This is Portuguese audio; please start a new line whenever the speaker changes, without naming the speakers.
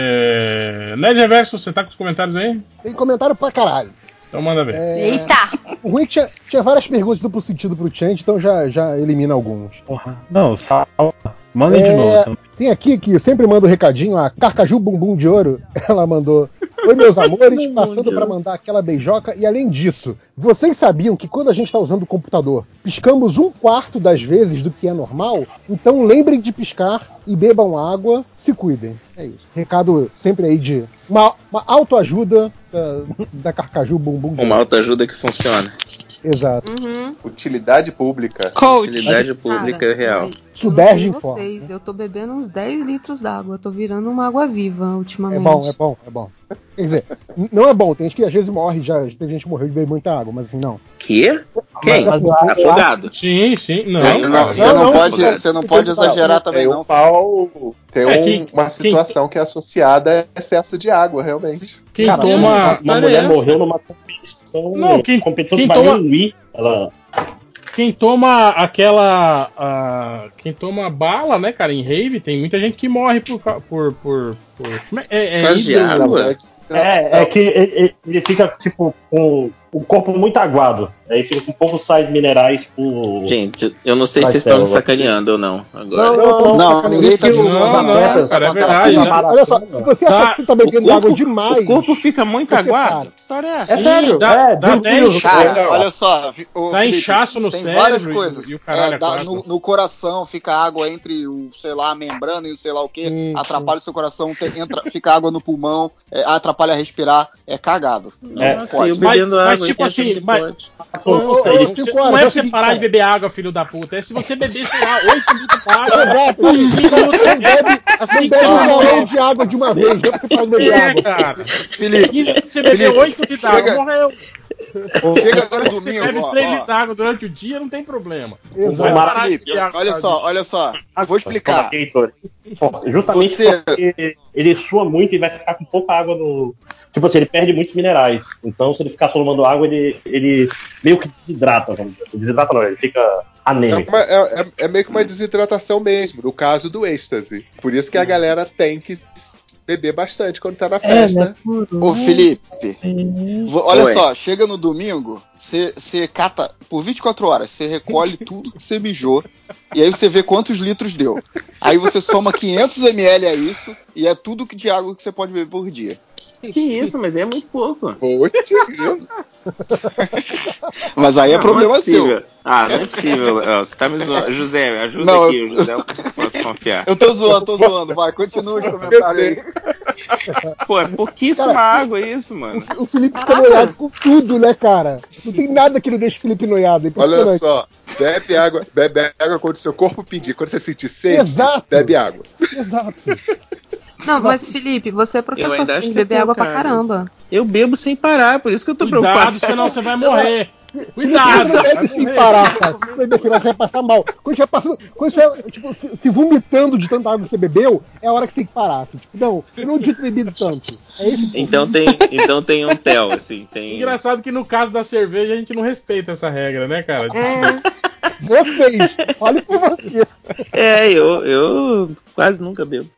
É... Nerd Reverso, você tá com os comentários aí?
Tem comentário pra caralho.
Então manda ver.
É,
Eita!
O ruim é que tinha, tinha várias perguntas de duplo sentido pro Change, então já, já elimina alguns.
Porra. Não, salva. Manda de
É,
novo.
Tem aqui que sempre manda o recadinho, a Carcaju Bumbum de Ouro. Ela mandou. Oi, meus amores, passando para mandar aquela beijoca. E além disso, vocês sabiam que quando a gente está usando o computador, piscamos um quarto das vezes do que é normal? Então lembrem de piscar e bebam água, se cuidem. É isso. Recado sempre aí de uma, uma autoajuda da, da Carcaju Bumbum de
Uma
Ouro.
autoajuda que funciona.
Exato.
Uhum.
Utilidade pública.
Coach.
Utilidade pública é real.
Suberge
eu não sei
informa,
vocês, eu tô bebendo uns 10 litros d'água, eu tô virando uma água viva
É
ultimamente.
bom, é bom, é bom. Quer dizer, n- não é bom, tem gente que às vezes morre, já tem gente que morreu de beber muita água, mas assim, não.
Que? Quem?
Mas- assim, mas-
Afogado.
Sim, sim. Não,
Não,
não,
você não,
não,
pode,
cara.
você não
Tem
pode
que
exagerar
falar.
também,
um
não.
pau.
Tem
É
um-
que-
uma
que-
situação que é associada a excesso de água, realmente.
Quem
Cara,
toma.
mas-
Uma
Cara, é
mulher
essa?
morreu numa competição.
Não, quem-
competição
quem
de
toma-
Wii. Ela.
Quem toma aquela. a- quem toma bala, né, cara, em rave, tem muita gente que morre por. ca- por, por, por- como é- é, é
Por causa de
hidro-
água.
Ela
É, é que ele, ele fica, tipo, com o corpo muito aguado. Aí fica com poucos sais minerais por.
Gente, eu não sei se
Vai,
vocês estão
Telo,
me
vai.
sacaneando ou não agora.
Não,
não,
ninguém tá
que
dizendo
os
Não, não,
assim,
atletas-
cara, é
Ai,
verdade.
Uma
né?
maratona.
Olha só, assim, se você
Tá,
acha que você tá bebendo
o
água
corpo-
demais,
O corpo fica muito
Você
aguado.
para.
Que história é essa?
É
Sim,
sério,
dá-
é,
dá
Deus
até
me livre.
inchaço.
Cara,
Não.
olha só. vi- ô,
Dá
Felipe,
inchaço no
tem
cérebro
várias
e-
coisas.
e o caralho
É, dá-
quatro.
no, no coração fica água entre o, sei lá, a membrana e o sei lá o que.
Sim,
atrapalha o seu coração, tem- entra, fica água no pulmão, é, atrapalha a respirar. É cagado.
É,
Nossa,
pode.
eu bebendo
Mas-
água.
mas tipo
e achando
assim,
que
mas-
pode.
Ô, ô, ô,
Felipe,
cinco
você-
horas,
não é pra
é o
você
seguinte,
parar
cara.
de beber água, filho da puta. É se você beber, sei lá, 8 litros de água,
Exato,
tá
não
15 minutos, assim que você
bebe um galão
morrer.
de água de uma vez, não é porque tá beber
É,
água.
cara.
Felipe,
Você bebeu
Felipe,
8 litros de água,
chega-
morreu.
chega agora
Você
domingo,
bebe
ó,
3
ó.
litros de água durante o dia, não tem problema.
Exato.
Mas,
Parar de
Felipe,
beber água,
olha
cara.
só, olha só. Vou explicar.
Justamente
Você-
porque ele sua muito e vai ficar com pouca água no. Tipo assim, ele perde muitos minerais. Então, se ele ficar só tomando água, ele, ele meio que desidrata. vamos dizer. assim. Desidrata não, ele fica
É,
anêmico.
uma- é- é- é meio que uma desidratação mesmo, no caso do êxtase. Por isso que a galera tem que beber bastante quando
é
tá na
É, né?
festa. Ô, Felipe, vo- olha
Oi.
só, chega no domingo, você cata por 24 horas, você recolhe tudo que você mijou, e aí você vê quantos litros deu. Aí você soma 500 ml a isso, e é tudo que- de água que você pode beber por dia.
Que isso, mas é muito pouco.
Putz, grilo. Mas aí é
Não,
problema
não
seu.
possível. Ah, não é possível. Léo. Você tá me zoando. José, ajuda
Não,
aqui.
eu-
O José, eu posso confiar.
Eu tô zoando, tô zoando, vai, continua os comentários aí.
Pô, é pouquíssima água isso, mano.
O Felipe fica noiado com tudo, né, cara? Não tem nada que não deixe o Felipe noiado. é
Olha
impressionante.
só, bebe água, bebe água quando seu corpo pedir, quando você sentir sede,
Exato.
bebe água.
Exato.
Não, mas Felipe, você é
Eu
professor,
ainda
você
acho
tem que
que é
beber água pra
pecado.
caramba.
Eu bebo sem parar, por isso que eu tô
Cuidado,
preocupado.
senão você vai morrer.
Você
Cuidado.
não
vai
bebe sem
morrer.
parar, cara. Se você beber sem parar, você vai passar mal. Quando você vai passando, quando você vai, tipo, se, se vomitando de tanta água que você bebeu, é a hora que tem que parar. Assim. Tipo, não, eu não devia ter bebido tanto. É isso.
Então tem, então tem um tel, assim, tem.
Engraçado que no caso da cerveja a gente não respeita essa regra, né, cara?
É,
Vocês, olhe por você.
É, eu, eu quase nunca bebo.